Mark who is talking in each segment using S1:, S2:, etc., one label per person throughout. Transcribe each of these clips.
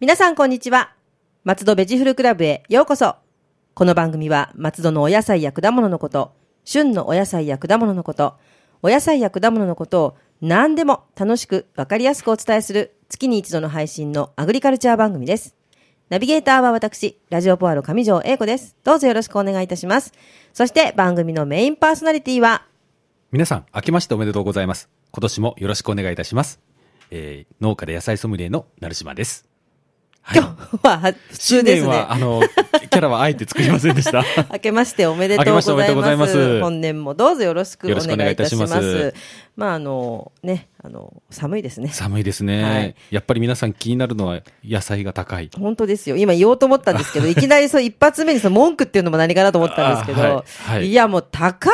S1: 皆さんこんにちは。松戸ベジフルクラブへようこそ。この番組は松戸のお野菜や果物のこと、旬のお野菜や果物のこと、お野菜や果物のことを何でも楽しくわかりやすくお伝えする月に一度の配信のアグリカルチャー番組です。ナビゲーターは私、ラジオポアロ上条英子です。どうぞよろしくお願いいたします。そして番組のメインパーソナリティは、
S2: 皆さん、明けましておめでとうございます。今年もよろしくお願いいたします。えー、農家で野菜ソムリエの成島です。はい
S1: 今日は普通
S2: 新
S1: です
S2: 年
S1: ね
S2: は、。あの、 キャラはあえて作りませんで した。
S1: 明けましておめでとうござい
S2: 明けましておめでとうござ
S1: ま。
S2: いますす
S1: 本年もどうぞよろしくお
S2: よろしくお
S1: 願
S2: 願
S1: い
S2: い
S1: い
S2: い
S1: た
S2: た
S1: し
S2: し
S1: ま。
S2: ますす
S1: まあ、あの、ね、あの、寒いですね。
S2: 寒いですね、
S1: はい
S2: やっぱり皆さん気になるのは野菜が高い。
S1: 本当ですよ。今言おうと思ったんですけ ど、いきなりそう一発目にその文句っていうのも何かなと思ったんですけ
S2: あ
S1: ど、
S2: はいいはい
S1: やもう高い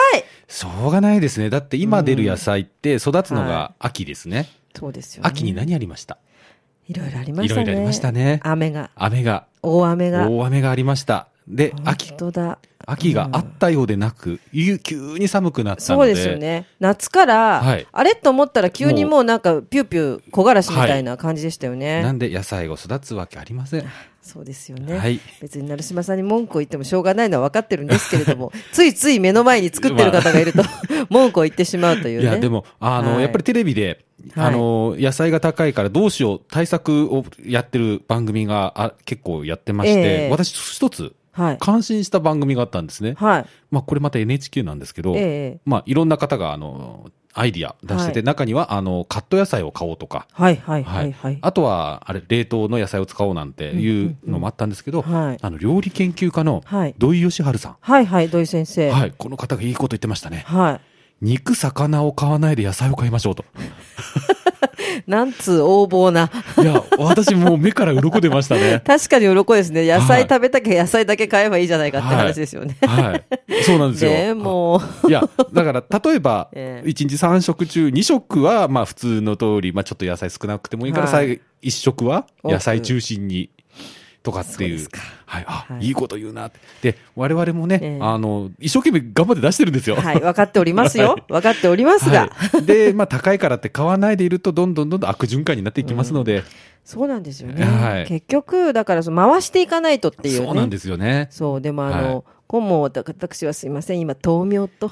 S2: しょうがないですね。だって今出る野菜って育つのが秋ですね。
S1: そうですよね。
S2: 秋に何ありました
S1: いろいろありましたね。
S2: いろいろありましたね
S1: 雨が、
S2: 雨が、
S1: 大雨が。
S2: 大雨がありました。で、秋
S1: 本、当だ。
S2: 秋があったようでなく、ゆ急に寒くなった
S1: そ
S2: の
S1: う
S2: で。
S1: ですよね。夏から、
S2: はい
S1: あれと思ったら急にもうなんかピューピュー木枯らしみたいな感じでしたよね。
S2: なんで野菜を育つわけありません。
S1: そうですよね。
S2: はい
S1: 別に成島さんに文句を言ってもしょうがないのは分かってるんですけれど も、ついつい目の前に作ってる方がいると、文句を言ってしまうという
S2: い
S1: ね。
S2: や、でも、あの、
S1: はい
S2: やっぱりテレビで、
S1: はい
S2: あの、野菜が高いからどうしよう、対策をやってる番組があ結構やってまして、
S1: ええ
S2: 私一つ、
S1: はい。
S2: 感心した番組があったんですね。
S1: はい。
S2: まあ、これまた NHK なんですけど、
S1: ええ
S2: まあ、いろんな方が、あの、アイディア出してて、
S1: はい
S2: 中には、あの、カット野菜を買おうとか、
S1: はい、はい、
S2: は
S1: はいい、はい。
S2: あとは、あれ、冷凍の野菜を使おうなんていうのもあったんですけど、
S1: うんうんうんはい
S2: あの、料理研究家の
S1: はい
S2: 土井善晴さん、
S1: はい、はい、土井先生。
S2: はい、この方がいいこと言ってましたね。
S1: は
S2: 肉、魚を買わないで野菜を買いましょうと。
S1: い。なんつう横暴な。。
S2: いや、私もう目から鱗出ましたね
S1: 確かに鱗ですね。野
S2: はい
S1: 菜食べたけ野菜だけ買えばいいじゃないかって話ですよね。
S2: はい。そうなんですよ。
S1: ねもう。
S2: いや、だから、例えば、
S1: え
S2: 1
S1: え
S2: 日3食中、2食は、まあ普通の通り、まあちょっと野菜少なくてもいいから、
S1: はい
S2: 最後1食は
S1: 多く
S2: 野菜中心に、とかって
S1: そうで
S2: いう
S1: すか。
S2: はい。あ、
S1: はい
S2: い、いこと言うなって。で、我々もね、
S1: ええ
S2: あの、一生懸命頑張って出してるんですよ。
S1: はい、分かっておりますよ。分かっておりますが。
S2: はいで、まあ高いからって買わないでいると、どんどんどんどん悪循環になっていきますので、
S1: そうなんですよね。
S2: はい
S1: 結局、だからその回していかないとっていうね。
S2: そうなんですよね。
S1: そう、でもあの、
S2: はい
S1: 今もだ私はすいません、今、豆苗 と、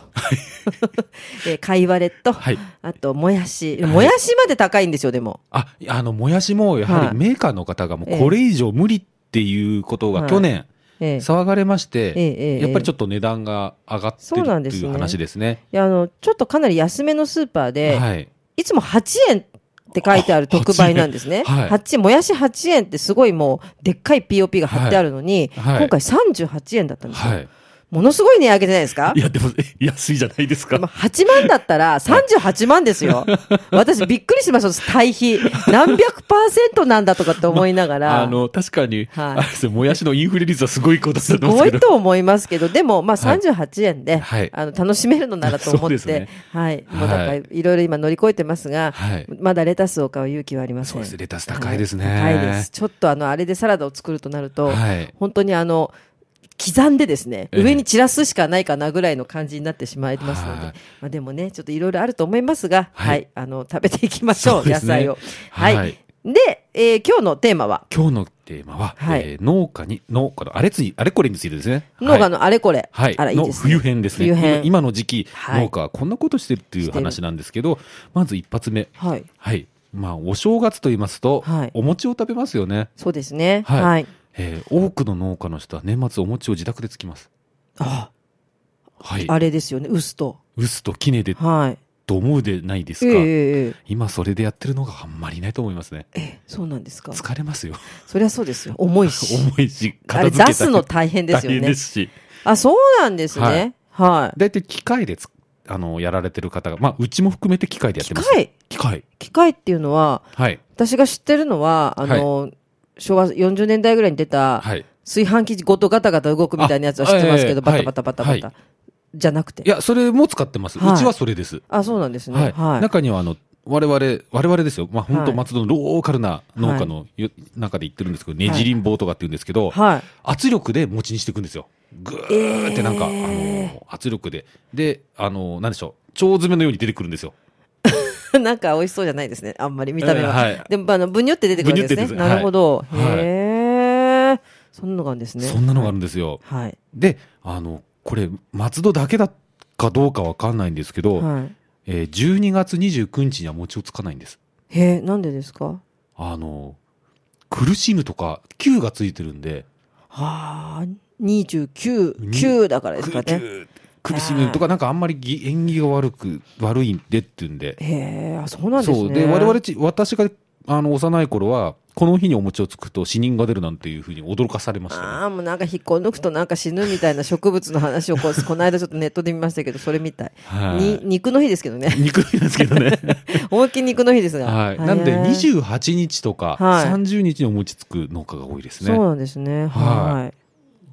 S1: えー、貝割れと、
S2: はい
S1: あと、もやし。
S2: はい
S1: もやしまで高いんですよ、でも。
S2: あ、あの、もやしも、やは
S1: はい
S2: りメーカーの方がも
S1: ええ
S2: うこれ以上無理っていうこと
S1: は
S2: が
S1: い
S2: 去年
S1: ええ
S2: 騒がれまして、
S1: ええええ
S2: やっぱりちょっと値段が上がって
S1: そうなん
S2: る
S1: で
S2: って
S1: す
S2: い
S1: ね
S2: う話ですね。
S1: いやあの、ちょっとかなり安めのスーパーで、
S2: はい。
S1: い、つも8円って書いてある
S2: あ
S1: 特売なんですね。
S2: 8円はい
S1: 8円、もやし8円ってすごいもう、でっかい POP が貼ってあるのに、
S2: はいは
S1: 今
S2: い
S1: 回38円だったんですよ。
S2: はい。
S1: ものすごい値上げじゃないですか
S2: いや、でも、え安いじゃないですか。
S1: まあ、8万だったら38万です よ。私びっくりしました、対比。何百パーセントなんだとかって思いながら。
S2: あの、確かに、
S1: はい
S2: あれですねもやしのインフレ率はすごいことだ
S1: す
S2: と思うん
S1: ご
S2: です
S1: い
S2: けど。
S1: と思いますけど、でも、まあ
S2: はい
S1: 38円で、
S2: はい
S1: あの楽しめるのならと思
S2: そう
S1: っ
S2: です
S1: て
S2: ね、
S1: はい、
S2: はい
S1: もうなんかいろいろ今乗り越えてますが、
S2: はい
S1: まだレタスを買う勇気はありません。
S2: そうです。レタス高いですね。
S1: はい高いです。。ちょっとあの、あれでサラダを作るとなると、
S2: はい
S1: 本当にあの、刻んでですね、
S2: ええ
S1: 上に散らすしかないかなぐらいの感じになってしまいますので、
S2: はい
S1: まあでもね、ちょっといろいろあると思いますが、は、
S2: はいい
S1: あの、食べていきましょう、
S2: そうで
S1: 野
S2: すね
S1: 菜を。はい。
S2: はい
S1: で、えー今日のテーマは、
S2: 今日のテーマは、
S1: はい
S2: えー農家に、農家のあれつい、あれこれについてですね。
S1: 農
S2: は
S1: 家
S2: い
S1: のあれこれ、
S2: はい。
S1: あらいいです、
S2: の冬編ですね。
S1: 冬編
S2: 今今の時期、
S1: はい
S2: 農家はこんなことしてるっていう話なんですけど、まず一発目。
S1: はい。
S2: はい。まあ、お正月と言いますと、
S1: はい
S2: お餅を食べますよね。
S1: そうですね。は。
S2: はいいえー多くの農家の人は年末お餅を自宅でつきます。
S1: あ
S2: はい。
S1: あれですよね、うすと。
S2: 薄ときねで
S1: はい。
S2: と思うでないです
S1: ええ
S2: か、
S1: ええ
S2: 今それでやってるのがあんまりいないと思いますね。
S1: ええそうなんですか。
S2: 疲れますよ。
S1: そりゃそうですよ。重いし。
S2: 重いし、
S1: あ
S2: 片
S1: れ
S2: 付けた
S1: 出すの大変ですよ
S2: 大変で
S1: ね。
S2: すし。
S1: あ、そうなんですね。はい。
S2: 大体機械でつ、あの、やられてる方が、まあ、うちも含めて機械でやって
S1: 機
S2: ます。
S1: 械、
S2: 機械
S1: 機械っていうのは、
S2: はい。
S1: 私が知ってるのは、あの、昭和40年代ぐらいに出た、
S2: はい。
S1: 炊飯器ごとガタガタ動くみたいなやつは知ってますけど、
S2: あ
S1: バタ
S2: ええ
S1: バタバタバタ、
S2: はい
S1: じゃなくて
S2: い。や、それも使ってます。
S1: はいう
S2: ちはそれです。
S1: あ、そうなんですね。は。
S2: はいい。中には、あの、我々、我々ですよ。まあ、本
S1: はい
S2: 当松戸のローカルな農家のよ中で言ってるんですけど、ねじりん棒とかって言うんですけど、
S1: はい。
S2: 圧力で餅にしていくんですよ。ぐーってなんか、あの、圧力で。で、あの、なんでしょう。腸詰めのように出てくるんですよ。
S1: なんか美味しそうじゃないですね。あんまり見た目は。
S2: うんはい
S1: でも、あの、ぶにゅって出てくるわけですね。
S2: ぶにゅって出て
S1: なるほど。
S2: はい
S1: へえ。そんなのがあるんですね。
S2: そんなのがあるんですよ。
S1: はい。
S2: で、あの、これ、松戸だけだかどうかわかんないんですけど、
S1: はい。
S2: えー12月29日には餅をつかないんです。
S1: へえ、なんでですか
S2: あの、苦しむとか、9がついてるんで、
S1: はあ、29、9だからですかね。
S2: 9苦しむとか、なんかあんまりぎ縁起が悪く、悪いんでっていうんで。
S1: へえ、あ、そうなんですね。
S2: そう。で、我々ち、私が、あの、幼い頃は、この日にお餅をつくと死人が出るなんていうふうに驚かされましたね、
S1: ああ、もうなんか引っこ抜くとなんか死ぬみたいな植物の話をこ う、この間ちょっとネットで見ましたけど、それみたい。
S2: はい
S1: に、肉の日ですけどね。
S2: 憎いんですけどね。
S1: 思いっきり肉の日ですが。
S2: はい。なんで、
S1: へえ
S2: 28日とか、
S1: はい
S2: 30日にお餅つく農家が多いです
S1: そ
S2: ね。
S1: うなんですね。
S2: は
S1: は。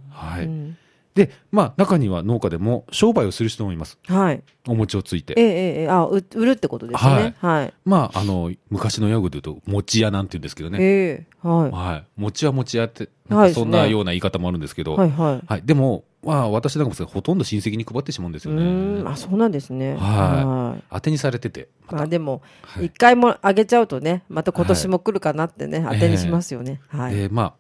S2: は
S1: う
S2: いい。
S1: ん
S2: で、まあ、中には農家でも商売をする人もいます。
S1: はい。
S2: お餅をつい
S1: え
S2: て。
S1: え、ええ、あ、う売るってことですね。はい。
S2: まあ、あの、昔の用語で言うと、餅屋なんて言うんですけどね。
S1: ええ、はい。
S2: はい。餅は餅屋って、
S1: は
S2: ない
S1: で
S2: ん
S1: す
S2: か
S1: ね
S2: そんなような言い方もあるんですけど。
S1: はい、はい。
S2: はい。でも、まあ、私なんかもそれほとんど親戚に配ってしまうんです
S1: う
S2: よ
S1: ーん、
S2: ね。
S1: あ、そうなんですね。。
S2: はい当てにされてて。また
S1: まあでも、
S2: はい
S1: 一回も上げちゃうとね、また今年も来るかなってね、
S2: はい
S1: 当てにしますよね。はい。
S2: で、まあ、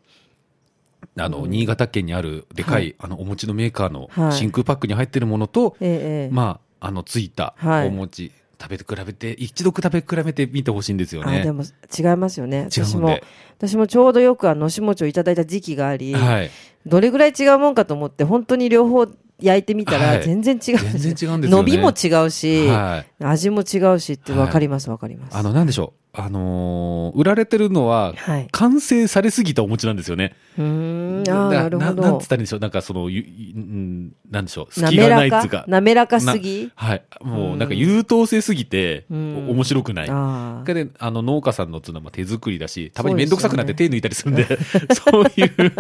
S2: あの、新潟県にあるでか、
S1: はい
S2: あの、お餅のメーカーの
S1: はい
S2: 真空パックに入ってるものと、
S1: ええ、ええ。
S2: まあ、あの、ついた
S1: はい
S2: お餅、食べて比べて、一度比べ比べてみてほしいんですよ
S1: あで
S2: ね。
S1: も違いますよね。
S2: 違うんで
S1: 私も、私もちょうどよくあの、しもちをいただいた時期があり、
S2: はい。
S1: どれぐらい違うもんかと思って、本当に両方焼いてみた
S2: は
S1: ら、
S2: い
S1: 全然違う、
S2: 全然違うんですよね
S1: 伸びも違うし、
S2: はい。
S1: 味も違うしって分かります、分かります。
S2: あの、なんでしょう。あのー売られてるのは、
S1: はい。
S2: 完成されすぎたお餅なんですよね。
S1: うーん、あーなるほ
S2: なん
S1: ど
S2: つっ。たらいいんでしょう。なんかその、ゆうんなんでしょう。隙
S1: 滑
S2: がない
S1: ら
S2: っつう
S1: か
S2: か。
S1: 滑らかすぎ
S2: はい。も
S1: う
S2: う、
S1: ん
S2: なんか優等生すぎて、お
S1: うん
S2: 面白くない。
S1: あー
S2: で、あの、農家さんのっていうのはまあ手作りだし、たまに
S1: そうですよね
S2: 面倒くさくなって手抜いたりす るんで、そういう、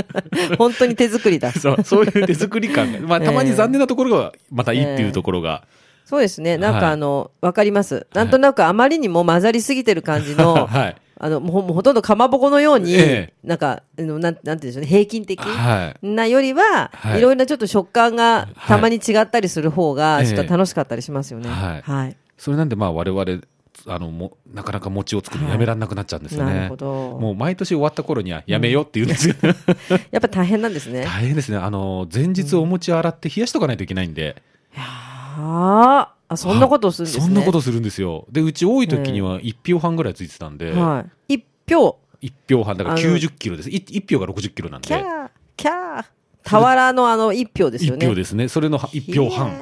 S1: 本当に手作り だ。
S2: そう、そういう手作り感が、まあ、たまに残念なところが、またいいっていうところが、
S1: そうですね。なん
S2: は
S1: か
S2: い
S1: あの、わかります。なんとなくあまりにも混ざりすぎてる感じの、
S2: はい。
S1: あの、もうほもうほとんどかまぼこのように、
S2: え
S1: なんか、あのなん、なんていうんでしょうね、平均的
S2: は
S1: なよりは、
S2: はい
S1: い、ろいろなちょっと食感が
S2: はい
S1: たまに違ったりする方が、
S2: ええ
S1: ちょっと楽しかったりしますよね。
S2: はい
S1: はい。
S2: い。それなんで、まあ、我々、あの、も、なかなか餅を作るのやめらんなくなっちゃうんですよね。
S1: なるほど
S2: もう毎年終わった頃には、やめようって言うんですよ。
S1: やっぱ大変なんですね。
S2: 大変ですね。あの、前日お餅洗って冷やしとかないといけないんで、
S1: はあ。あ、そんなことをするんですね。
S2: そんなことするんですよ。で、うち多い時には1票半ぐらいついてたんで、
S1: はい。一票、
S2: 1票半、だから
S1: あの
S2: 90キロです。い1票が60キロなんで。
S1: キャー、キャー。俵のあの一票ですよね。
S2: 1票ですね。それの1票
S1: い
S2: 半。
S1: や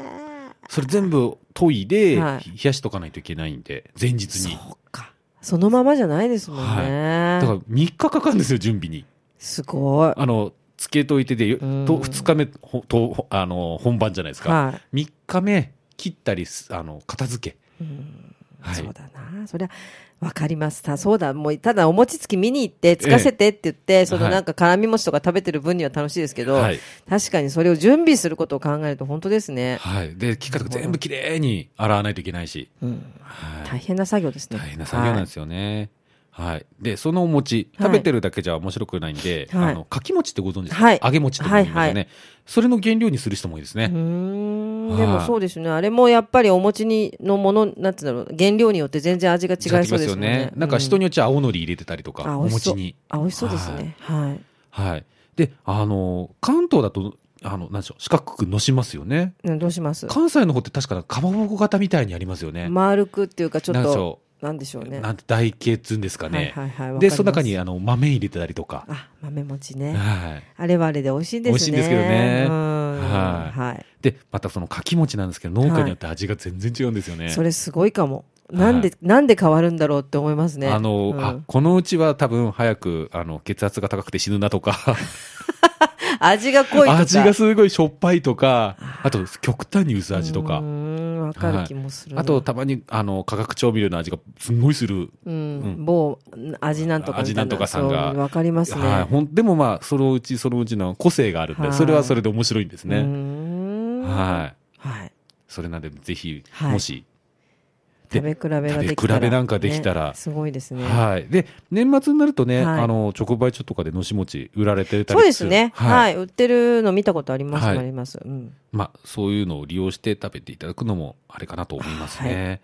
S2: それ全部研いで、冷
S1: はい
S2: やしとかないといけないんで、前日
S1: ー。
S2: に。
S1: そうか。そのままじゃないですもんね。
S2: だから3日かかるんですよ、準備に。
S1: すごい。
S2: あの、つけといてで、と
S1: うん
S2: 2日目、ほとほあの、本番じゃないですか。
S1: は
S2: 3日目、切ったりす、あの、片付け。
S1: い。うん
S2: はい
S1: そうだな。そりゃ、わかります。たそうだ。もう、ただ、お餅つき見に行って、つかせてって言って、そ
S2: は
S1: の
S2: い
S1: なんか、辛み餅とか食べてる分には楽しいですけど、
S2: はい。
S1: 確かにそれを準備することを考えると本当ですね。
S2: はい。で、切ったとこ全部きれいに洗わないといけないし。
S1: うん。
S2: はい。
S1: 大変な作業ですね。
S2: 大変な作業なんですよね。はい。で、そのお餅、食べてるだけじゃ面白くないんで、
S1: はい
S2: あの、かき餅ってご存知ですか、
S1: はい
S2: 揚げ餅って言いますよね、
S1: はいは
S2: それの原料にする人もいいですね。
S1: うー
S2: はい
S1: んでもそうですね、あれもやっぱりお餅にのもの、なんつうんだろう、原料によって全然味が違いそうですよね。
S2: なんか人
S1: に、
S2: によっちゃ青のり入れてたりとか、
S1: あ
S2: お
S1: 美味しそ
S2: 餅
S1: う
S2: に。
S1: あ、美味しそうですね。はい。
S2: はい。で、あの、関東だと、あの、なんでしょう、四角くのしますよね。
S1: うんどうします
S2: 関西の方って確かなんかかまぼこ型みたいにありますよね。
S1: 丸くっていうか、ちょっ
S2: なんでし
S1: と、
S2: ょ
S1: なんでしょう
S2: う、
S1: ね。
S2: なんて台形っつうんですかね。
S1: はいはいはいわかります
S2: で、その中にあの豆入れてたりとか。
S1: あ、豆餅ね。
S2: はい。
S1: あれはあれで美味しいですね。
S2: 美味しいんですけどね
S1: うん
S2: はい
S1: は
S2: で、またそのかき餅なんですけど、農家によって味が全然違うんですよね。
S1: い。それすごいかも。
S2: はい
S1: なんで、なんで変わるんだろうって思いますね。
S2: あの、
S1: うん
S2: あ、このうちは多分早く、あの、血圧が高くて死ぬなとか、
S1: 味が濃いとか。
S2: 味がすごいしょっぱいとか、あと極端に薄味と
S1: うー
S2: か、
S1: ん、わかる気もする。
S2: あとたまに、あの、化学調味料の味がすんごいする。
S1: う
S2: うん
S1: ん、某味なんとかみたい
S2: 味なんとかさんが
S1: そうわかりますね。
S2: はい。ほんでもまあ、そのうちそのうちの個性があるん
S1: は
S2: で、
S1: い
S2: それはそれで面白いんです
S1: うー
S2: ね。
S1: んはい。
S2: はい。それなんで、ぜひ、
S1: はい
S2: もし、
S1: 食べ比べができた
S2: 食べ
S1: ら。
S2: 比べなんかできたら
S1: ねすごいですね。
S2: はい。で、年末になるとね、
S1: はい
S2: あの、直売所とかでのし餅売られてたり
S1: そうですね。
S2: るはい
S1: はい。売ってるの見たことあります、
S2: はい
S1: あります。うん。
S2: まあ、そういうのを利用して食べていただくのもあれかなと思いますね。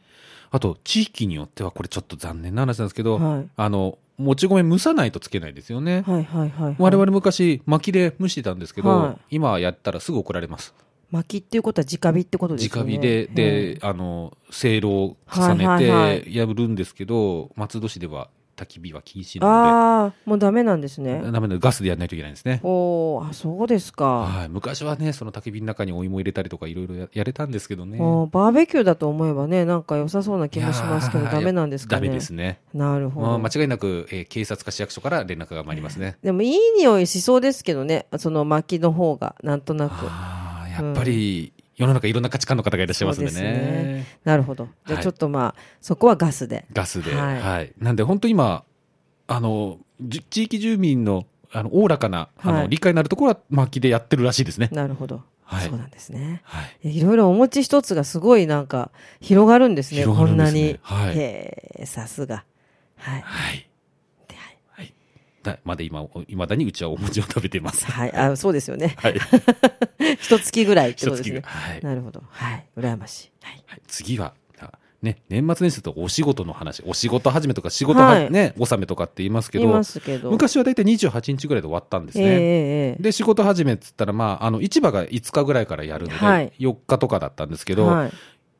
S2: あと、地域によっては、これちょっと残念な話なんですけど、
S1: はい
S2: あの、もち米蒸さないとつけないですよね。
S1: はいはいはい、はい。
S2: 我々昔、薪で蒸してたんですけど、
S1: はい
S2: 今やったらすぐ怒られます。
S1: 薪っていうことは直火ってことですよ
S2: 直
S1: ね。
S2: 火で、
S1: はい
S2: で、あの、せいろを重
S1: はいはいは
S2: ねてやるんですけど、松戸市では焚き火は禁止な
S1: ああ、もうダメなんですね
S2: ので、。ダメなのでガスでやらないといけないんですね。
S1: おーあ、そうですか。
S2: はい、昔はね、その焚き火の中にお芋入れたりとかいろいろややれたんですけどね。
S1: おーバーベキューだと思えばね、なんか良さそうな気
S2: いや
S1: も
S2: ー
S1: しますけど、ダメなんですかね。
S2: ダメですね。
S1: なるほ
S2: まあ
S1: ど。
S2: 間違いなく、えー警察か市役所から連絡が参りますね。
S1: でもいい匂いしそうですけどね、その薪の方が、なんとなく。
S2: ああ、やっぱり、世の中いろんな価値観の方がいらっしゃいますんで
S1: そうです
S2: ね
S1: ね。なるほど。じゃあ
S2: はい
S1: ちょっとまあ、そこはガスで。
S2: ガスで、は。
S1: はいい
S2: なんで、本当今、あの、じ地域住民の、あの、おおらかな、あ
S1: は
S2: の、
S1: い
S2: 理解のあるところは、薪でやってるらしいですね。
S1: なるほど。
S2: はい
S1: そうなんですね。
S2: はい。
S1: いろいろお餅一つがすごいなんか広がるんですね、
S2: 広
S1: こ
S2: がるん
S1: ん
S2: で
S1: な
S2: すね
S1: に。
S2: はい
S1: へえ、さすが。はい。
S2: はい。
S1: ではい
S2: はい。だまだ今、いまだにうちはお餅を食べて ます。
S1: はい、あそうですよね。
S2: はい。
S1: 一月ぐらいってことです
S2: 一
S1: ね。
S2: 月ぐらいはい
S1: なるほど。はい。羨ましい。はい。
S2: はい次は、あね、年末年始だとお仕事の話、お仕事始めとか仕事は、
S1: はい
S2: ね、納めとかって言いますけ
S1: 言い
S2: ど
S1: ま、すけど。
S2: 昔は大体28日ぐらいで終わったんです
S1: ええ
S2: ね。
S1: えええ
S2: で、仕事始めっつったら、まあ、あの、市場が5日ぐらいからやるので、
S1: はい
S2: 4日とかだったんですけ
S1: え
S2: ど、
S1: はい。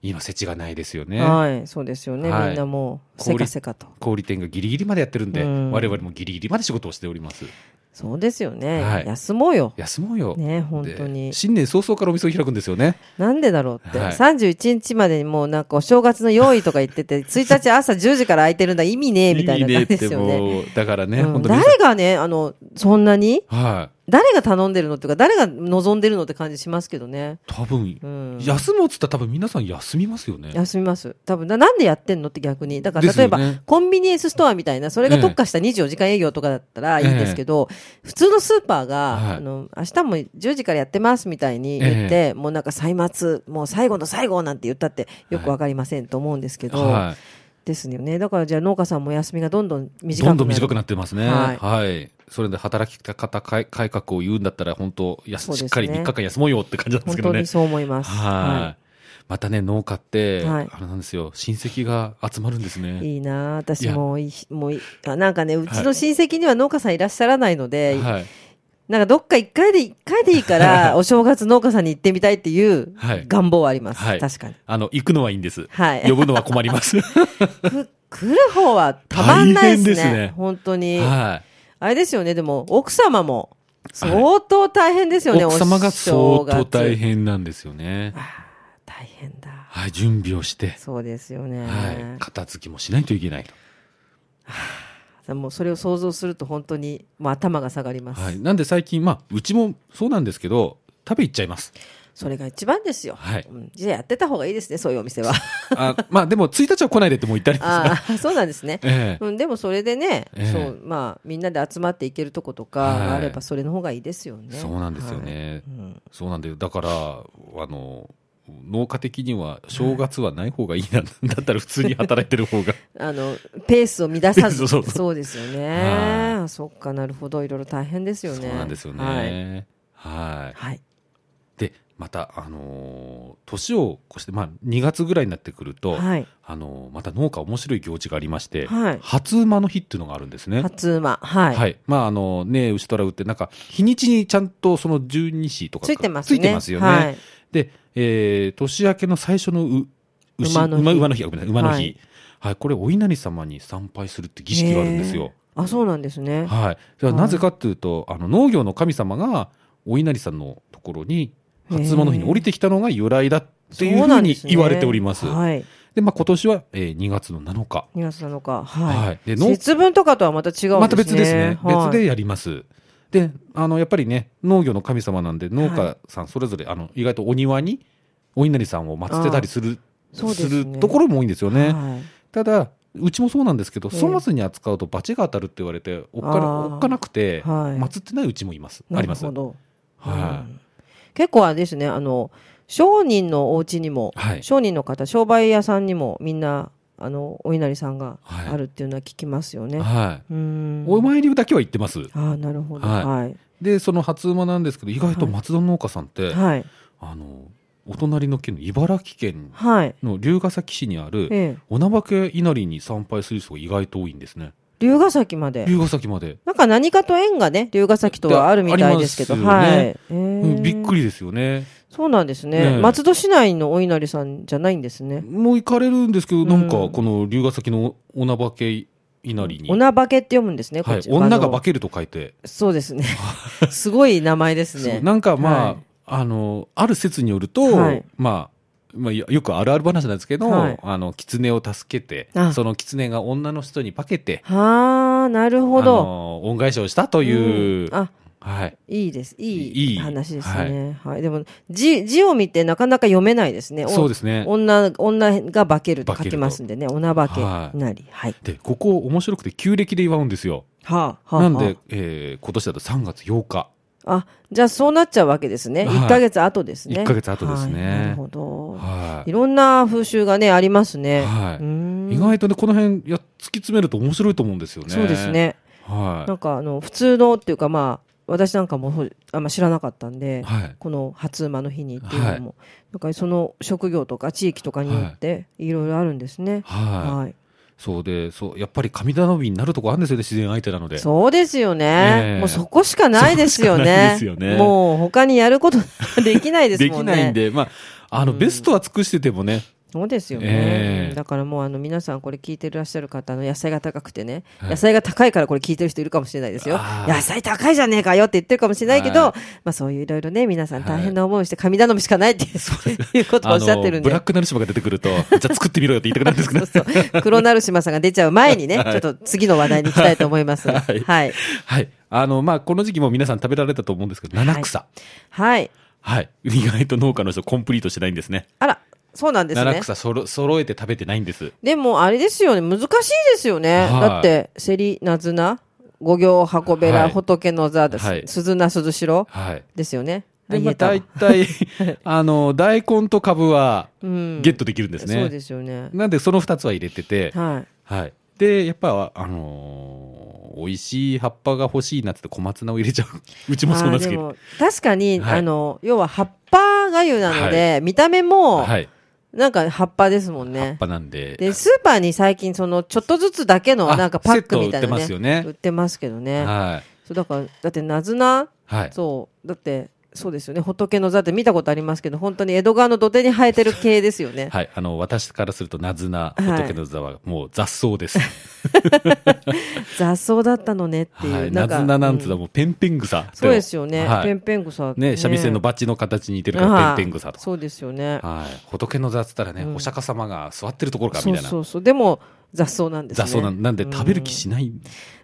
S2: 今、世知がないですよね。
S1: はい。そうですよね。
S2: はい
S1: みんなもう、せ
S2: 小売
S1: かせかと。
S2: 小売店がギリギリまでやってるんで、
S1: うん
S2: 我々もギリギリまで仕事をしております。
S1: そうですよね。
S2: はい
S1: 休もうよ。
S2: 休もうよ。
S1: ね、本
S2: で
S1: 当に。
S2: 新年早々からお店を開くんですよね。
S1: なんでだろうって。
S2: はい
S1: 31日までにもうなんかお正月の用意とか言って て、1日朝10時から空いてるんだ、意味ねえみたいな
S2: 意味ね
S1: 感じ
S2: って
S1: ですよね。
S2: もうだからね、
S1: うん
S2: 本当に。
S1: 誰がね、あの、そんなに
S2: はい。
S1: 誰が頼んでるのっていうか、誰が望んでるのって感じしますけどね。
S2: 多分、
S1: うん。
S2: 休もうっつったら多分皆さん休みますよね。
S1: 休みます。多分な、なんでやってんのって逆に。だから
S2: ですよ
S1: 例え
S2: ね
S1: ば、コンビニエンスストアみたいな、それが特化した24時間営業とかだったらいいんですけど、普通のスーパーが、
S2: はい
S1: あの、明日も10時からやってますみたいに言って、もうなんか歳末、もう最後の最後なんて言ったってよくわかりませんと思うんですけど、
S2: は
S1: ですよね。だからじゃあ農家さんもお休みがどんどん
S2: い。
S1: 短く
S2: ど
S1: なる。
S2: んどん短くなってますね。は。
S1: はいい
S2: それで働き方改改革を言うんだったら、本当、やす
S1: そうです
S2: し
S1: ね
S2: っかり3日間休もうよって感じなんで
S1: 本
S2: すけど
S1: 当
S2: ね
S1: に。そう思います。
S2: はい。またね、農家って、
S1: はい
S2: あれなんですよ、親戚が集まるんですね。
S1: いいなあ
S2: い
S1: 私
S2: や
S1: もいい、もういいあなんかね、うちの親戚には農家さんいらっしゃらないので、
S2: はい。
S1: なんかどっか一回で、一回でいいから、お正月農家さんに行ってみたいっていう
S2: はい
S1: 願望はあります。
S2: はい
S1: 確かに。
S2: あの、行くのはいいんです。
S1: はい
S2: 呼ぶのは困り ます。
S1: く来る方はたまんないですね。
S2: 大変ですね
S1: 本当に、
S2: は
S1: あれですよね、でも、奥様も、相当大変です
S2: い。
S1: よね、
S2: 奥様が相
S1: お正
S2: 当
S1: 月
S2: 大。変なんですよね。
S1: 大変だ。
S2: はい、準備をして、
S1: そうですよね。
S2: はい、片付きもしないといけないと。
S1: もうそれを想像すると本当に、もう頭が下がります。
S2: はい。なんで最近、まあ、うちもそうなんですけど、食べ行っちゃいます。
S1: それが一番ですよ。
S2: はい
S1: うんじゃあやってた方がいいですね、そういうお 店は。
S2: あまあ、でも、1日は来ないでってもう言ったりですが。
S1: ああ、そうなんですね。
S2: ええ
S1: うん、でもそれでね、
S2: ええ
S1: そうまあ、みんなで集まっていけるとこと
S2: はい
S1: かがあれば、それの方がいいですよね。
S2: そうなんですよ
S1: はい。
S2: ね。
S1: うん
S2: そうなんだよ。だから、あの、農家的には、正月はない方がいいな、だったら普通に働いてる方が。
S1: あのペースを乱さず、
S2: そうそうそう
S1: そうですよね。あそっかなるほど、いろいろ大変 ですよね。
S2: そうなんですよ
S1: はい。
S2: ね。はい。
S1: はい、
S2: で、また、あのー年を越して、まあ、2月ぐらいになってくると、
S1: はい
S2: あのーまた農家面白い行事がありまして、
S1: はい
S2: 初馬の日っていうのがあるんですね。
S1: 初馬、はい、
S2: はい。まあ、あの、ねえ、牛虎うって、なんか、日にちにちゃんとその十二子とか
S1: つ
S2: が
S1: いてますね。
S2: ついてますよね。
S1: はい、
S2: で、えー、年明けの最初のう牛
S1: 馬の日
S2: 馬馬の日、ごめんなさい馬の日。
S1: は
S2: は
S1: いい、
S2: これ、お稲荷様に参拝するって儀式があるんですよ。
S1: へー。あ、そうなんですね。
S2: はい。じゃあ、
S1: はい
S2: なぜかっていうと、あの、農業の神様が、お稲荷さんのところに、初馬の日に降りてきたのが由来だっていうふ
S1: そう
S2: う
S1: なんで
S2: に
S1: すね
S2: 言われております。で
S1: はい。
S2: まあ、今年は、えー、2月の7日。
S1: 2月7日、
S2: は
S1: はいい。
S2: で農
S1: 節分とかとはまた違うんですね。
S2: また別ですね、
S1: はい
S2: 別でやりますであのやっぱりね農業の神様なんで農家さんそれぞれ、あの意外とお庭にお稲荷さんを祀ってたりする
S1: そうですすね
S2: るところも多いんですよね、
S1: はい
S2: ただうちもそうなんですけど
S1: ええ
S2: 粗末に扱うと罰が当たるって言われておっか
S1: あ
S2: な
S1: ー
S2: おっかなくて、
S1: はい
S2: 祀ってないうちもいますあ
S1: な
S2: り
S1: る
S2: ます
S1: ほど。
S2: は
S1: う
S2: い
S1: ん結構あれですね、あの、商人のお家にも、
S2: はい
S1: 商人の方、商売屋さんにもみんな、あの、お稲荷さんが
S2: はい
S1: あるっていうのは聞きますよね。
S2: は
S1: うーん
S2: い、。お参りだけは行ってます
S1: ああ、なるほど。
S2: はい
S1: はい。
S2: でその初馬なんですけど意外と松戸の農家さんって、
S1: はい。
S2: あのお隣の県の茨城県
S1: はい。
S2: の龍ヶ崎市にある、
S1: ええ。
S2: おなばけ稲荷に参拝する人が意外と多いんですね。
S1: 龍ヶ崎まで。
S2: 龍ヶ崎まで。
S1: なんか何かと縁がね、龍ヶ崎とはあるみたいですけど。
S2: あります
S1: は
S2: よ
S1: い。
S2: ね
S1: え
S2: うんびっく
S1: り。
S2: りですよね。
S1: そうなんですね。
S2: ねえ
S1: 松戸市内のお稲荷さんじゃないんですね。
S2: もう行かれるんですけど、なん
S1: う
S2: か
S1: ん
S2: この龍ヶ崎のおなばけ稲荷に。
S1: 女化けって読むんですね、こ
S2: は
S1: っ
S2: い、
S1: ち。
S2: 女が化
S1: け。
S2: けると書いて。
S1: そうです ね。すごい名前です
S2: そう
S1: ね。
S2: なんかまあ、
S1: はい
S2: あの、ある説によると、
S1: はい
S2: まあ、まあ、よよくあるある話なんですけど、
S1: はい
S2: あの、狐を助けて
S1: あ、
S2: その狐が女の人に化けて、
S1: はあ、なるほ
S2: あ
S1: ど。
S2: の恩返しをしたという、
S1: うんあ、
S2: はい。
S1: いいです。
S2: い
S1: い
S2: い
S1: い話ですね。はい。でも、字、字を見てなかなか読めないですね。お
S2: そうですね。
S1: 女、女が化けると
S2: 化
S1: 書
S2: けると
S1: きますんでね。女化けなり。はい。
S2: で、ここ面白くて旧暦で祝うんですよ。
S1: はあ、はあ。
S2: なんで、えー今年だと3月8日。
S1: あ、じゃあそうなっちゃうわけですね。
S2: はい
S1: 1ヶ月後ですね。
S2: 一ヶ月後ですね
S1: はいなるほど。
S2: はい
S1: い。ろんな風習がね、ありますね。
S2: はい
S1: ー
S2: う
S1: ん
S2: 意外とね、この辺、いや、突き詰めると面白いと思うんですよね。
S1: そうです。ね。
S2: は
S1: なんか、あの、普通のっていうか、まあ、私なんかもほあんま知らなかったんで
S2: い。、はい。
S1: この初馬の日にっていうのも、なんかその職業とか地域とかによって、いろいろあるんですね。
S2: は
S1: はい。
S2: い。そうで、そう、やっぱり神頼みになるとこあるんですよね、自然相手なので。
S1: そうですよ
S2: え
S1: ね。
S2: え
S1: もうそこしかないですよね。
S2: そこしかないですよね
S1: もう他にやることできないです
S2: で
S1: も
S2: き
S1: んね。
S2: ないんで、まあ、あの、
S1: うん
S2: ベストは尽くしててもね、
S1: そうですよね、
S2: ええ
S1: だからもうあの皆さんこれ聞いてらっしゃる方あの野菜が高くてね、
S2: はい
S1: 野菜が高いからこれ聞いてる人いるかもしれないですよ
S2: あー
S1: 野菜高いじゃねえかよって言ってるかもしれないけど、
S2: は
S1: まあそういういろいろね皆さん大変な思いをして神頼みしかないっていう いうことをお
S2: あ
S1: っしゃってる
S2: の、
S1: ん
S2: ブ
S1: で。
S2: ラックなる島が出てくると、じゃあ作ってみろよって言いたくなるんですけど
S1: そうそう黒成島さんが出ちゃう前にね、
S2: はい
S1: ちょっと次の話題に行きたいと思いますが
S2: はい
S1: はい、
S2: はい。あの、まあ、この時期も皆さん食べられたと思うんですけど、七草。
S1: はい、
S2: はい。意外と農家の人コンプリートしてないんですね。
S1: あらそうなんです
S2: 七
S1: ね
S2: 草そろ揃えて食べてないんです。
S1: でもあれですよね難しいですよね、
S2: はい
S1: だってセリナズナ五行箱べら、
S2: はい
S1: 仏の座です、
S2: はい
S1: 鈴名鈴代
S2: はい。
S1: ですよね。
S2: で、
S1: あ
S2: ま
S1: 言
S2: あ、
S1: えたわ
S2: 大体、あの、大根と株は
S1: うん
S2: ゲットできるんですね。
S1: そうですよね。
S2: なんで、その2つは入れてて、
S1: はい。
S2: はい。で、やっぱ、あのー美味しい葉っぱが欲しいなって言って小松菜を入れ ちゃう。うちもそうなん
S1: あー
S2: ですけ
S1: で
S2: ど。
S1: も確かに、
S2: はい
S1: あの要は葉っぱがゆなので、見た目も、
S2: はい。
S1: なんか葉っぱですもん
S2: 葉っ
S1: ね。
S2: ぱなんで。
S1: でスーパーに最近そのちょっとずつだけの
S2: あ
S1: なんかパックみたいなね
S2: セット売ってますよね
S1: 売ってますけどね。
S2: はい。
S1: そうだからだってナズナ
S2: はい。
S1: そうだってそうですよね仏の座って見たことありますけど本当に江戸川の土手に生えてる系ですよね。
S2: はい。あの、私からすると、なずな、
S1: はい
S2: 仏の座は、もう雑草です。
S1: 雑草だったのねっていう、
S2: はい。
S1: な
S2: なん
S1: か
S2: ずななんつう
S1: う
S2: のはもう、ペンペン草。
S1: そうですよね。
S2: は
S1: ペ
S2: い
S1: ン。ペン草って
S2: ね、三味線のバッチの形に似てるから、ペンペン草とか。
S1: そうですよね。
S2: はい。仏の座って言ったらね、
S1: うん
S2: お釈迦様が座ってるところか、
S1: そ
S2: みたいうな。
S1: そうそう。でも、雑草なんですね。
S2: 雑草なんなんで、食べる気しない。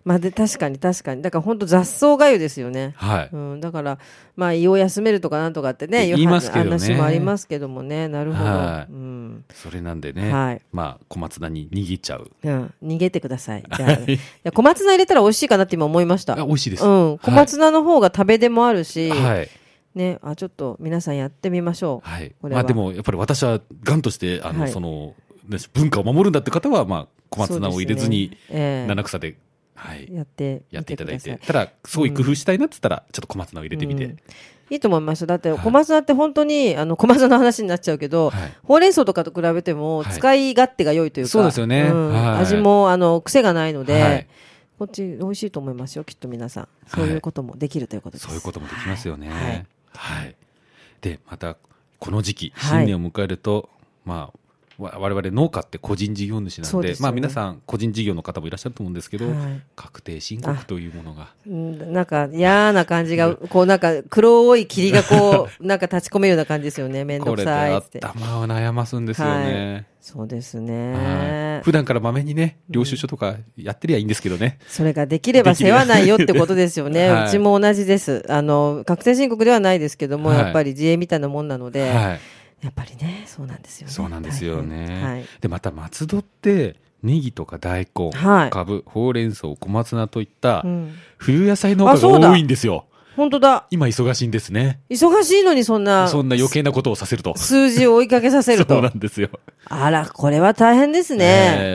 S1: まあ、で、確かに確かに。だから本当雑草がゆですよね。
S2: はい。
S1: うん、だから、まあ、胃を休めるとかなんとかってね、
S2: 言いますけどね
S1: 話もありますけどもね。なるほど。
S2: はい
S1: うん。
S2: それなんでね、
S1: はい
S2: まあ、小松菜に握っちゃう。
S1: うん、逃げてください。じゃあ、いや小松菜入れたら美味しいかなって今思いました。
S2: あ
S1: う
S2: 美味しいです。
S1: ん、小松菜の方が食べでもあるし、
S2: はい。
S1: ね、あ、ちょっと皆さんやってみましょう。
S2: はい。
S1: これ
S2: ま
S1: は
S2: あ、でも、やっぱり私は、ガンとして、あの、
S1: はい
S2: その、ね文化を守るんだって方は、まあ、小松菜を入れず
S1: そ
S2: に、
S1: うですねええ
S2: 七草で、はい。
S1: やってみ
S2: やっていただい
S1: くさ
S2: て。ただ、すごい工夫したいなって言ったら、ちょっと小松菜を入れてみて。
S1: うんいいと思いますだって
S2: はい
S1: 小松菜って本当に、あの小松菜の話になっちゃうけど、
S2: はい
S1: ほうれん草とかと比べても
S2: はい
S1: 使い勝手が良いというか、
S2: そうですよね
S1: ん
S2: はい
S1: 味もあの癖がないので、
S2: はい
S1: こっち美味しいと思いますよきっと皆さんそういうこともできるということです、
S2: そういうこともできますよね。は
S1: はいい。
S2: で、また、この時期、
S1: はい
S2: 新年を迎えると、まあ、わ我々農家って個人事業主な
S1: そ
S2: ん
S1: う
S2: で
S1: ですよね
S2: まあ皆さん個人事業の方もいらっしゃると思うんですけど、
S1: はい
S2: 確定申告というものが
S1: うんなんか嫌な感じがこうなんか黒い霧がこ うなんか立ち込めるような感じですよね面倒
S2: こ
S1: く
S2: れで
S1: さいっつって
S2: 頭を悩ますんですよね、
S1: そうです
S2: は
S1: ね
S2: い普段からまめにね領収書とかやってりゃいいんですけどね、
S1: それができれば世話ないよってことですよね。
S2: はいう
S1: ちも同じです。あの、確定申告ではないですけども、
S2: はい
S1: やっぱり自営みたいなもんなので、
S2: はい
S1: やっぱりね、そうなんですよね。
S2: そうなんですよね、
S1: はい。
S2: でまた松戸ってネギとか大根、
S1: はい
S2: かぶほうれん草小松菜といった
S1: うん
S2: 冬野菜農家
S1: あそう
S2: が
S1: だ
S2: 多いんですよ、
S1: 本当だ。
S2: 今忙しいんですね。
S1: 忙しいのにそんな、
S2: そんな余計なことをさせると。
S1: 数字を追いかけさせる
S2: そうな
S1: と。
S2: んですよ。
S1: あら、これは大変ですね。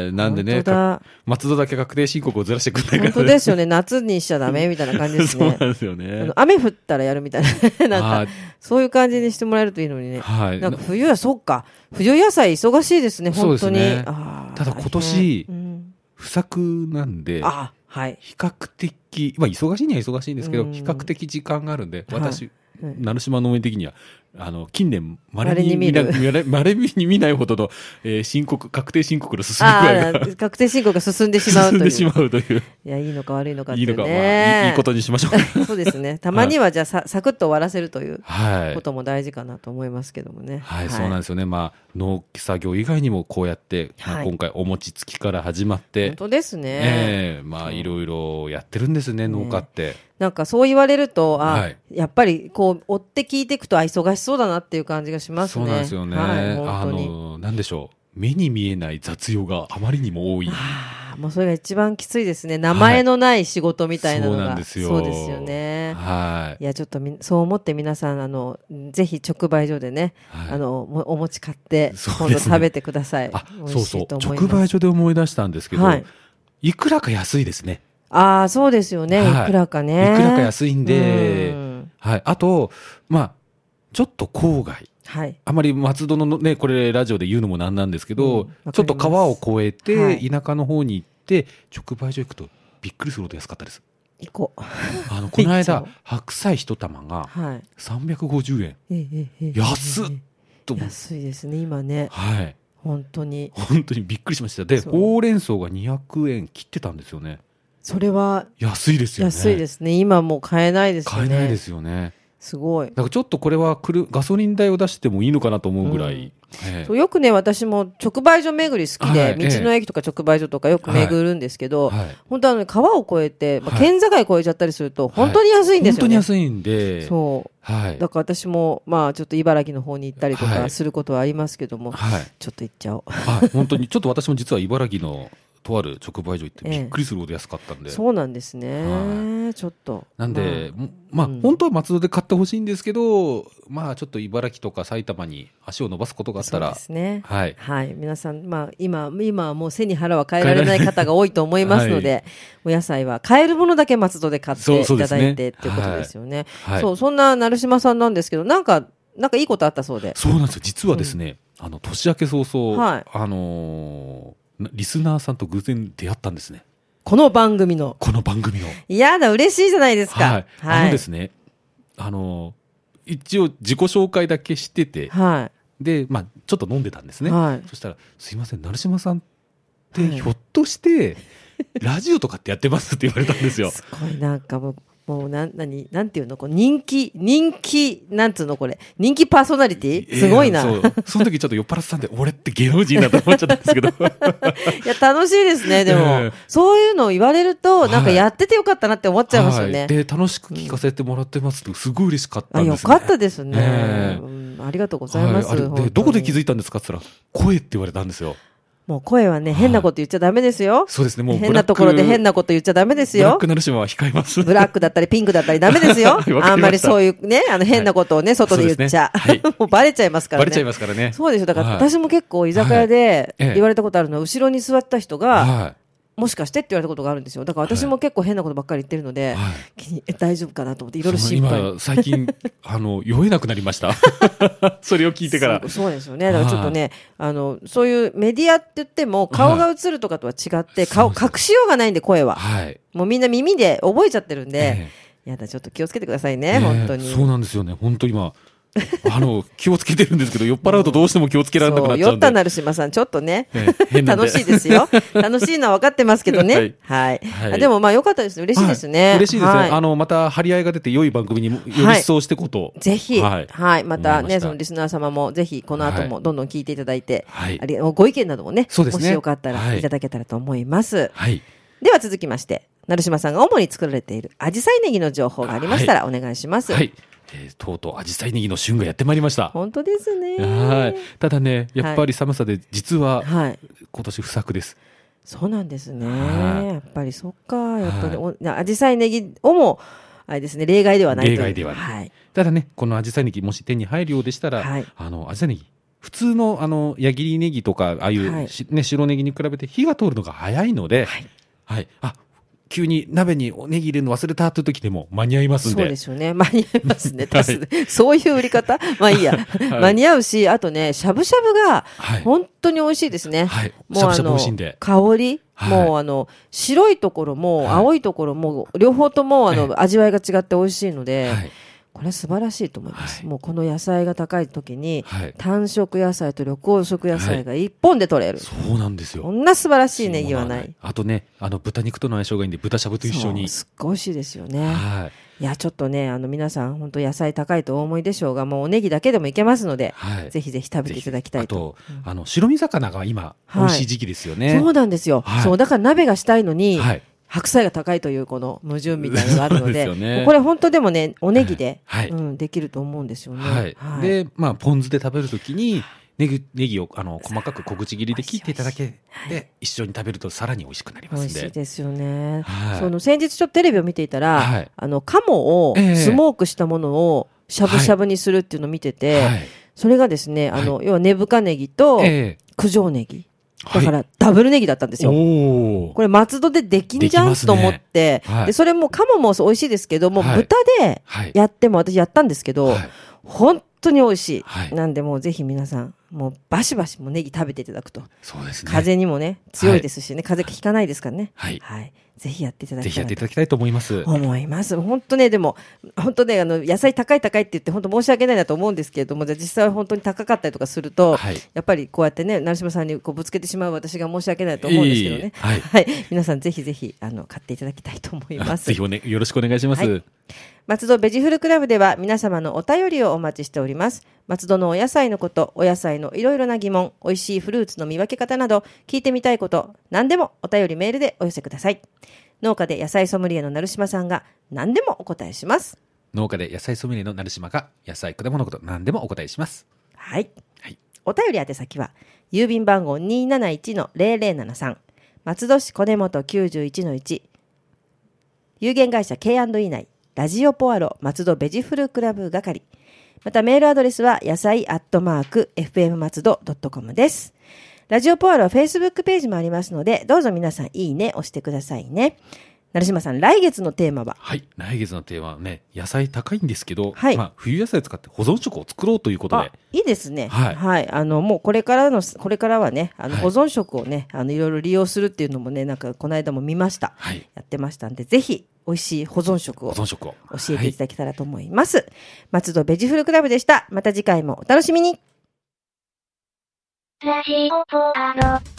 S2: えなんでね、
S1: 本当だ
S2: か松戸だけ確定申告をずらしてくんないから、
S1: 本当ですよね。夏にしちゃダメ みたいな感じです
S2: そう
S1: ね
S2: な。んですよ
S1: あ
S2: ね
S1: の。雨降ったらやるみたいな。 な
S2: は
S1: ん
S2: い
S1: か、そういう感じにしてもらえるといいのにね。
S2: はい。
S1: なんか冬は、そっか。冬野菜忙しいですね、本
S2: そ
S1: 当
S2: う
S1: に。
S2: ですね
S1: あー
S2: ただ今年
S1: 大変うん
S2: 不作なんで、
S1: あ、はい。
S2: 比較的、まあ忙しいには忙しいんですけど、
S1: うん
S2: 比較的時間があるんで、
S1: はい
S2: 私、
S1: はい
S2: 成島農園的には、あの、近年、稀に
S1: 稀に
S2: 見
S1: 見
S2: な、
S1: る
S2: 稀稀に見ないほどの、えー申告、確定申告の進み具合
S1: あ
S2: が
S1: ー確定申告が進んでしまうと
S2: 進ん
S1: いう。
S2: でしまうという、
S1: いや、いいのか悪いのかって
S2: いい
S1: いうね。
S2: のか、まあ、いいいいことにしましょう。
S1: そうですね。たまにはじゃあさ、サクッと終わらせるという
S2: はい
S1: こ。とも大事かなと思いますけどもね。
S2: はい、そうなん
S1: ん
S2: ですよね。まあ、農機作業以外にもこうやって、まあ
S1: はい
S2: 今回お餅つきから始まって、
S1: 本当ですね。
S2: ええまあ、
S1: そう
S2: いろいろやってるんですね、農家って。
S1: なんかそう言われると、あ、
S2: はい
S1: やっぱりこう追って聞いていくと、あ、忙しそうだなっていう感じがします
S2: そ
S1: ね。
S2: うなんですよね。
S1: はい、
S2: あ
S1: 本当に。
S2: の、なんでしょう。目に見えない雑用があまりにも多い。
S1: あーもうそれが一番きついですね。名前のない仕事みたいなのが。
S2: そうなんですよ。
S1: そうですよね。
S2: はい。
S1: いや、ちょっとみ、そう思って皆さん、あの、ぜひ直売所でね、
S2: はい
S1: あの、もお餅買って、
S2: そう
S1: 今
S2: で
S1: 度
S2: すね
S1: 食べてください。
S2: あ、
S1: 美
S2: そう
S1: 味
S2: そ
S1: し
S2: う
S1: い。と思い
S2: 直
S1: ます。
S2: 売所で思い出したんですけど、
S1: はいい、
S2: くらか安いですね。
S1: ああ、そうですよね。
S2: はい
S1: いくらかね。
S2: いくらか安いんで
S1: うん
S2: はい。あと、まあ、ちょっと郊外。
S1: はい。
S2: あまり松戸のね、これラジオで言うのもなんなんですけ
S1: うんわ
S2: ど
S1: かり、ます
S2: ちょっと川を越え
S1: は
S2: て、
S1: い
S2: 田舎の方に行って、直売所行くとびっくりするほど安かっ たです。
S1: 行こう。
S2: あの、この
S1: 行っちゃ
S2: 間
S1: う、
S2: 白菜一玉が
S1: はい。
S2: 350円
S1: ええええええ
S2: 安っと思って
S1: 安いですね、今ね。
S2: はい。
S1: 本当に。
S2: 本当にびっくりしました。で、
S1: そう
S2: ほうれん草が200円切ってたんですよね。
S1: それは
S2: 安いですよね。
S1: 安いですね。今もう買えないですよね。
S2: 買えないで。すよね。
S1: すごい。
S2: だからちょっとこれはくるガソリン代を出してもいいのかなと思うぐらい。ええ
S1: そうよくね、私も直売所巡り好きで、
S2: はい
S1: 道の駅とか直売所とかよく巡るんですけど、
S2: はい
S1: 本当あの、川を越えて、まあ、
S2: はい
S1: 県境越えちゃったりすると、本当に安いんです
S2: 本当
S1: よ
S2: に
S1: ね。
S2: 安いんで。
S1: そう。
S2: はい。
S1: だから私も、まあ、ちょっと茨城の方に行ったりと
S2: は
S1: か
S2: い
S1: することはありますけども、
S2: はい。
S1: ちょっと行っちゃおう。
S2: はい、本当に、ちょっと私も実は茨城のとある直売所行ってびっくりするほど安かったんで。
S1: そうなんですね、
S2: は
S1: ちょっと。
S2: なんで、もまあ、
S1: うん
S2: 本当は松戸で買ってほしいんですけど、まあ、ちょっと茨城とか埼玉に足を伸ばすこと
S1: ま
S2: があ
S1: あ、
S2: った
S1: そう
S2: ら
S1: で、すね。
S2: はい。
S1: はい、皆さん、まあ、今、今はもう背に腹は変えられない方が多いと思います ので、お野菜は買えるものだけ松戸で買っ
S2: そ
S1: て
S2: う
S1: い
S2: そうで
S1: た
S2: す
S1: だ
S2: ね
S1: いてっていうことですよね。
S2: はい。
S1: そう、そんな成島さんなんですけど、なんか、なんかいいことあったそうで。
S2: そうなんですよ。実はですね、あの、年明け早々、
S1: はい
S2: あのーなリスナーさんと偶然出会ったんですね。
S1: この番組の。
S2: この番組の。
S1: いやだ、嬉しいじゃないです
S2: はい
S1: か。。
S2: あのですね、あのー一応自己紹介だけしてて、
S1: は
S2: で、まあ、ちょっと飲んでたんです
S1: い。
S2: ね。
S1: はい。
S2: そしたら、すいません、成島さんって、
S1: はい
S2: ひょっとして、ラジオとかってやってますって言われたんですよ。
S1: すごいなんかもう。もうなん、なに、なんていうのこう人気、人気、なんつうのこれ。人気パーソナリティすごいな。
S2: えーそう。その時ちょっと酔っ払ってたんで、俺って芸能人だと思っちゃったんですけど。
S1: いや、楽しいですね、でも。
S2: ええ
S1: そういうのを言われると、なんか
S2: はい
S1: やっててよかったなって思っちゃいますよね。
S2: はい、で、楽しく聞かせてもらってますって、すごい嬉しかった
S1: あ、
S2: ん
S1: よ
S2: です、ね。
S1: かったですね、
S2: ええ
S1: うんありがとうございます。
S2: はい、あれで、どこで気づいたんですかって言ったら、声って言われたんですよ。
S1: もう声はね、変なこと言っちゃダメですよ。
S2: そうですね、もう
S1: 変なところで変
S2: な
S1: なこと言っちゃダメです
S2: ブラッ
S1: よ
S2: ク。なる島は控えます。
S1: ブラックだったりピンクだったりダメですよ
S2: わかりまし。た
S1: あんまりそういうね、あの変なことをね、外で言っちゃ。
S2: そうですねは
S1: もうバレちゃいますから
S2: バ
S1: ね。
S2: レちゃいますからね。
S1: そうですよ。だから
S2: はい
S1: 私も結構居酒屋で
S2: ええ
S1: 言われたことあるのは、後ろに座った人が、
S2: は
S1: もしかしてって言われたことがあるんですよ。だから私も結構変なことばっかり言ってるの
S2: い。
S1: で、
S2: はい。
S1: 気にえ大丈夫かなと思っていろいろ心
S2: そ
S1: 配
S2: の今、最近、あの、酔えなくなり ました。それを聞いてから
S1: そう。そうですよね。だからちょっとね、あの、そういうメディアって言っても、顔が映るとかとは違って、顔、隠しようがないんで、声は。
S2: はい。
S1: もうみんな耳で覚えちゃってるん
S2: え
S1: で、
S2: え
S1: やだ、ちょっと気をつけてください
S2: え
S1: ね、
S2: え
S1: 本当に。
S2: そうなんですよね。本当今、あの、気をつけてるんですけど、酔っ払うとどうしても気をつけられなく
S1: そ
S2: なっ
S1: う
S2: ちゃう
S1: 酔っ
S2: んで。
S1: たなる島さん、ちょっとね
S2: ええ変、なんで
S1: 楽しいです よ。楽しいのは分かってますけど
S2: はい
S1: ね。はい
S2: はい。
S1: あでもまあ良かったです。嬉しいです
S2: は
S1: ね。
S2: 嬉しいですね。
S1: はい
S2: あの、また張り合いが出て良い番組により一層していこうと。
S1: ぜひ、
S2: は
S1: はいい、またね、その
S2: 思いま
S1: リスナー様もぜひ、この後
S2: は
S1: もどんどん聞いていただいて、
S2: はい
S1: ありご意見などもね、
S2: そうですね
S1: もしよかった
S2: は
S1: ら
S2: い
S1: いただけたらと思います。
S2: はい。
S1: では続きまして、成島さんが主に作られているアジサイネギの情報がありましたらお願いします。
S2: はい。えーとうとう、アジサイネギの旬がやってまいりました。
S1: 本当ですね。
S2: はい。ただね、やっぱり寒さで、実は、
S1: はい。
S2: 今年不作です。
S1: そうなんですね。
S2: はい
S1: やっぱりそっか。やっぱり
S2: は
S1: お、アジサイネギをも、あれですね、例外ではないという
S2: 例外ではない
S1: はい。
S2: ただね、このアジサイネギ、もし手に入るようでしたら、
S1: はい
S2: あの、アジサイネギ、普通の、あの、矢切ネギとか、ああいう、
S1: はい
S2: しね、白ネギに比べて火が通るのが早いので、
S1: は
S2: はいい。あ、急に鍋におネギ入れるの忘れたという時でも間に合いますん
S1: そう
S2: で。
S1: ですよね。間に合います ね。確かにそういう売り方まあいいや。
S2: い
S1: 間に合うし、あとね、しゃぶしゃぶが
S2: はい。
S1: 本当に美味しいですね。
S2: はい。
S1: も
S2: しゃ
S1: う
S2: ぶし
S1: あ
S2: ゃぶ美
S1: の
S2: 味しいんで。
S1: 香り、
S2: はい
S1: もうあの白いところも
S2: はい
S1: 青いところも両方ともあ
S2: ええ
S1: の味わいが違って美味しいので、
S2: はい。
S1: これは素晴らしいと思います、
S2: はい
S1: もうこの野菜が高い時に
S2: はい。
S1: 単色野菜と緑黄色野菜が一本で取れる、
S2: そうなんです
S1: こ
S2: よ。
S1: んな素晴らしいネギはない
S2: そう。あとね、あの、豚肉との相性がいいんで、豚しゃぶと一緒に。
S1: そうすっごい美味しいですよね、
S2: はい。
S1: い、やちょっとねあの皆さん本当野菜高いとお思いでしょうがもうおネギだけでもいけますので、
S2: はい。
S1: ぜひぜひ食べていただきたい
S2: あ
S1: と
S2: と、あの、白身魚が今、
S1: はい
S2: 美味しい時期ですよね。
S1: そうなんですよ、
S2: はい
S1: そうだから鍋がしたいのに、
S2: はい。
S1: 白菜が高いというこの矛盾みたいなのがあるので
S2: そうですよね
S1: これ本当でもねおネギで、
S2: はい
S1: うん、できると思うんですよね。
S2: はい。で、まあ、ポン酢で食べるときに、ネギ、ネギを、あの、細かく小口切りで切っていただけで、一緒に食べるとさらに美味しくなり
S1: 美
S2: ますん
S1: 味しい
S2: で。
S1: ですよね。
S2: はい
S1: その先日ちょっとテレビを見ていたら、
S2: はい
S1: あの鴨を
S2: ええ
S1: スモークしたものをしゃぶしゃぶにするっていうのを見てて、
S2: はい。
S1: それがですねあの、要は根深ネギと
S2: ええ
S1: 九条ネギだか
S2: は
S1: らダブルネギだったんです
S2: い、
S1: よ。
S2: お
S1: これ松戸でできんじ
S2: でき
S1: ゃん、
S2: ますね
S1: と思って、
S2: はい
S1: でそれも鴨も美味しいですけども、
S2: はい
S1: 豚で
S2: はい。
S1: やっても私やったんですけど、
S2: はい
S1: 本当に美味しい。
S2: はい
S1: なんでもうぜひ皆さん、もうバシバシもうネギ食べていただくと。
S2: そうですね。
S1: 風邪にもね、強いですしね、風邪ひかないですからね。
S2: はい。
S1: はい。ぜひやっていただ
S2: ぜ
S1: き
S2: ひ
S1: た
S2: やっ
S1: い
S2: て
S1: ないと
S2: ただきたいと思います。
S1: 思います。本当ね、でも、本当ね、あの、野菜高い高いって言って、本当申し訳ないなと思うんですけれども、じゃあ実際は本当に高かったりとかすると、
S2: はい
S1: やっぱりこうやってね、成島さんにこうぶつけてしまう私が申し訳ないと思うんですけど
S2: いえい
S1: ね
S2: え。はい
S1: はい。皆さんぜひぜひ、あの、買っていただきたいと思います。
S2: ぜひおね、よろしくお願いします。
S1: は松戸ベジフルクラブでは皆様のお便りをお待ちしております。松戸のお野菜のこと、お野菜のいろいろな疑問、美味しいフルーツの見分け方など、聞いてみたいこと、何でもお便りメールでお寄せください。農家で野菜ソムリエの成島さんが何でもお答えします。
S2: 農家で野菜ソムリエの成島が、野菜、果物のこと何でもお答えします。
S1: はい。
S2: はい。
S1: お便り宛先は、郵便番号271-0073、松戸市小根本91-1、有限会社 K&E 内、ラジオポアロ松戸ベジフルクラブ係。またメールアドレスは、野菜アットマーク、fm 松戸 .com です。ラジオポアロは Facebook ページもありますので、どうぞ皆さんいいね押してくださいね。成島さん、来月のテーマは
S2: はい。来月のテーマはね、野菜高いんですけど、
S1: はい
S2: まあ、冬野菜を使って保存食を作ろうということで
S1: あ、いいですね、は、
S2: はいい
S1: あのもうこれからのこれからはねあの
S2: はい
S1: 保存食をね、い、あのいろいろ利用するっていうのもねなんかこの間も見ました、
S2: はい。
S1: やってましたんでぜひ美味しい保存食
S2: 保
S1: を
S2: 存
S1: 教
S2: 食を。
S1: えていただけたらと思います、松戸ベジフルクラブでしたまた次回もお楽しみに
S3: ラジオポアロ。